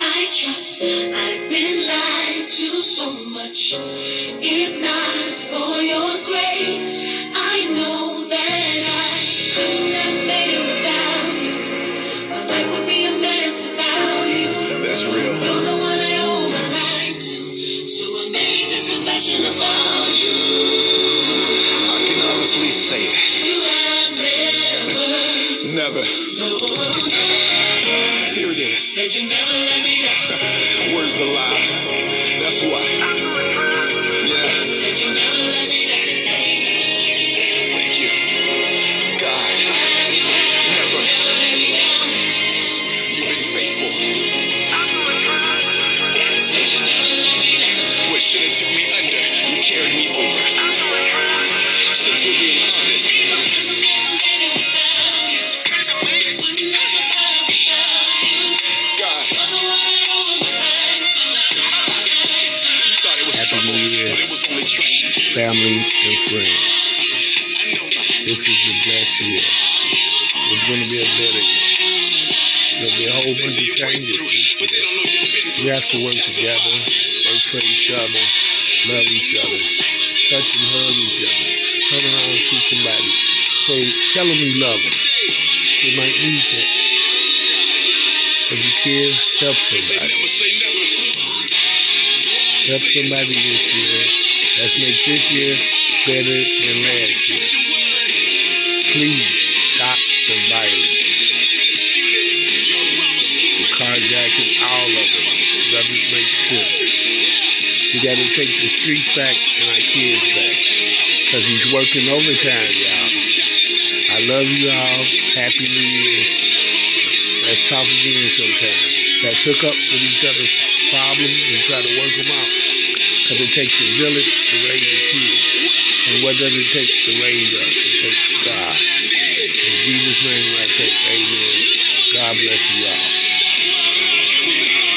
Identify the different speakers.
Speaker 1: I trust I've been lied to so much. If not for your grace, I know that I couldn't have made it without you. My life would be a mess without you. That's real. You're the one I owe my life to. So I made this confession about you. I can honestly say that. You have never. Never. Here it is. Said you never let me down. Where's the lie? That's why. Yeah. Said you never let me down. Thank you. God. Never. You've been faithful. Said you never let me down. What should have took me under? You carried me over. So to be honest, God, you thought it was Happy trouble, New Year. but it was only training. Family and friends, this is your best year. It's going to be a better year. There'll be a whole bunch of changes. We have to work together, work for each other, love each other, touch and hug each other, come around and see somebody. Say, tell them you love them. They might need that. If you care, help somebody. Help somebody this year. Let's make this year better than last year. Please stop the violence. The carjacking, all of it. Doesn't make sense. We got to take the streets back and our kids back. Because he's working overtime, y'all. I love you all. Happy New Year. Let's talk again sometime. Let's hook up with each other's problems and try to work them out. Because it takes a village to raise a kid. And what does it take to raise us? It takes God. In Jesus' name I say amen. God bless you all.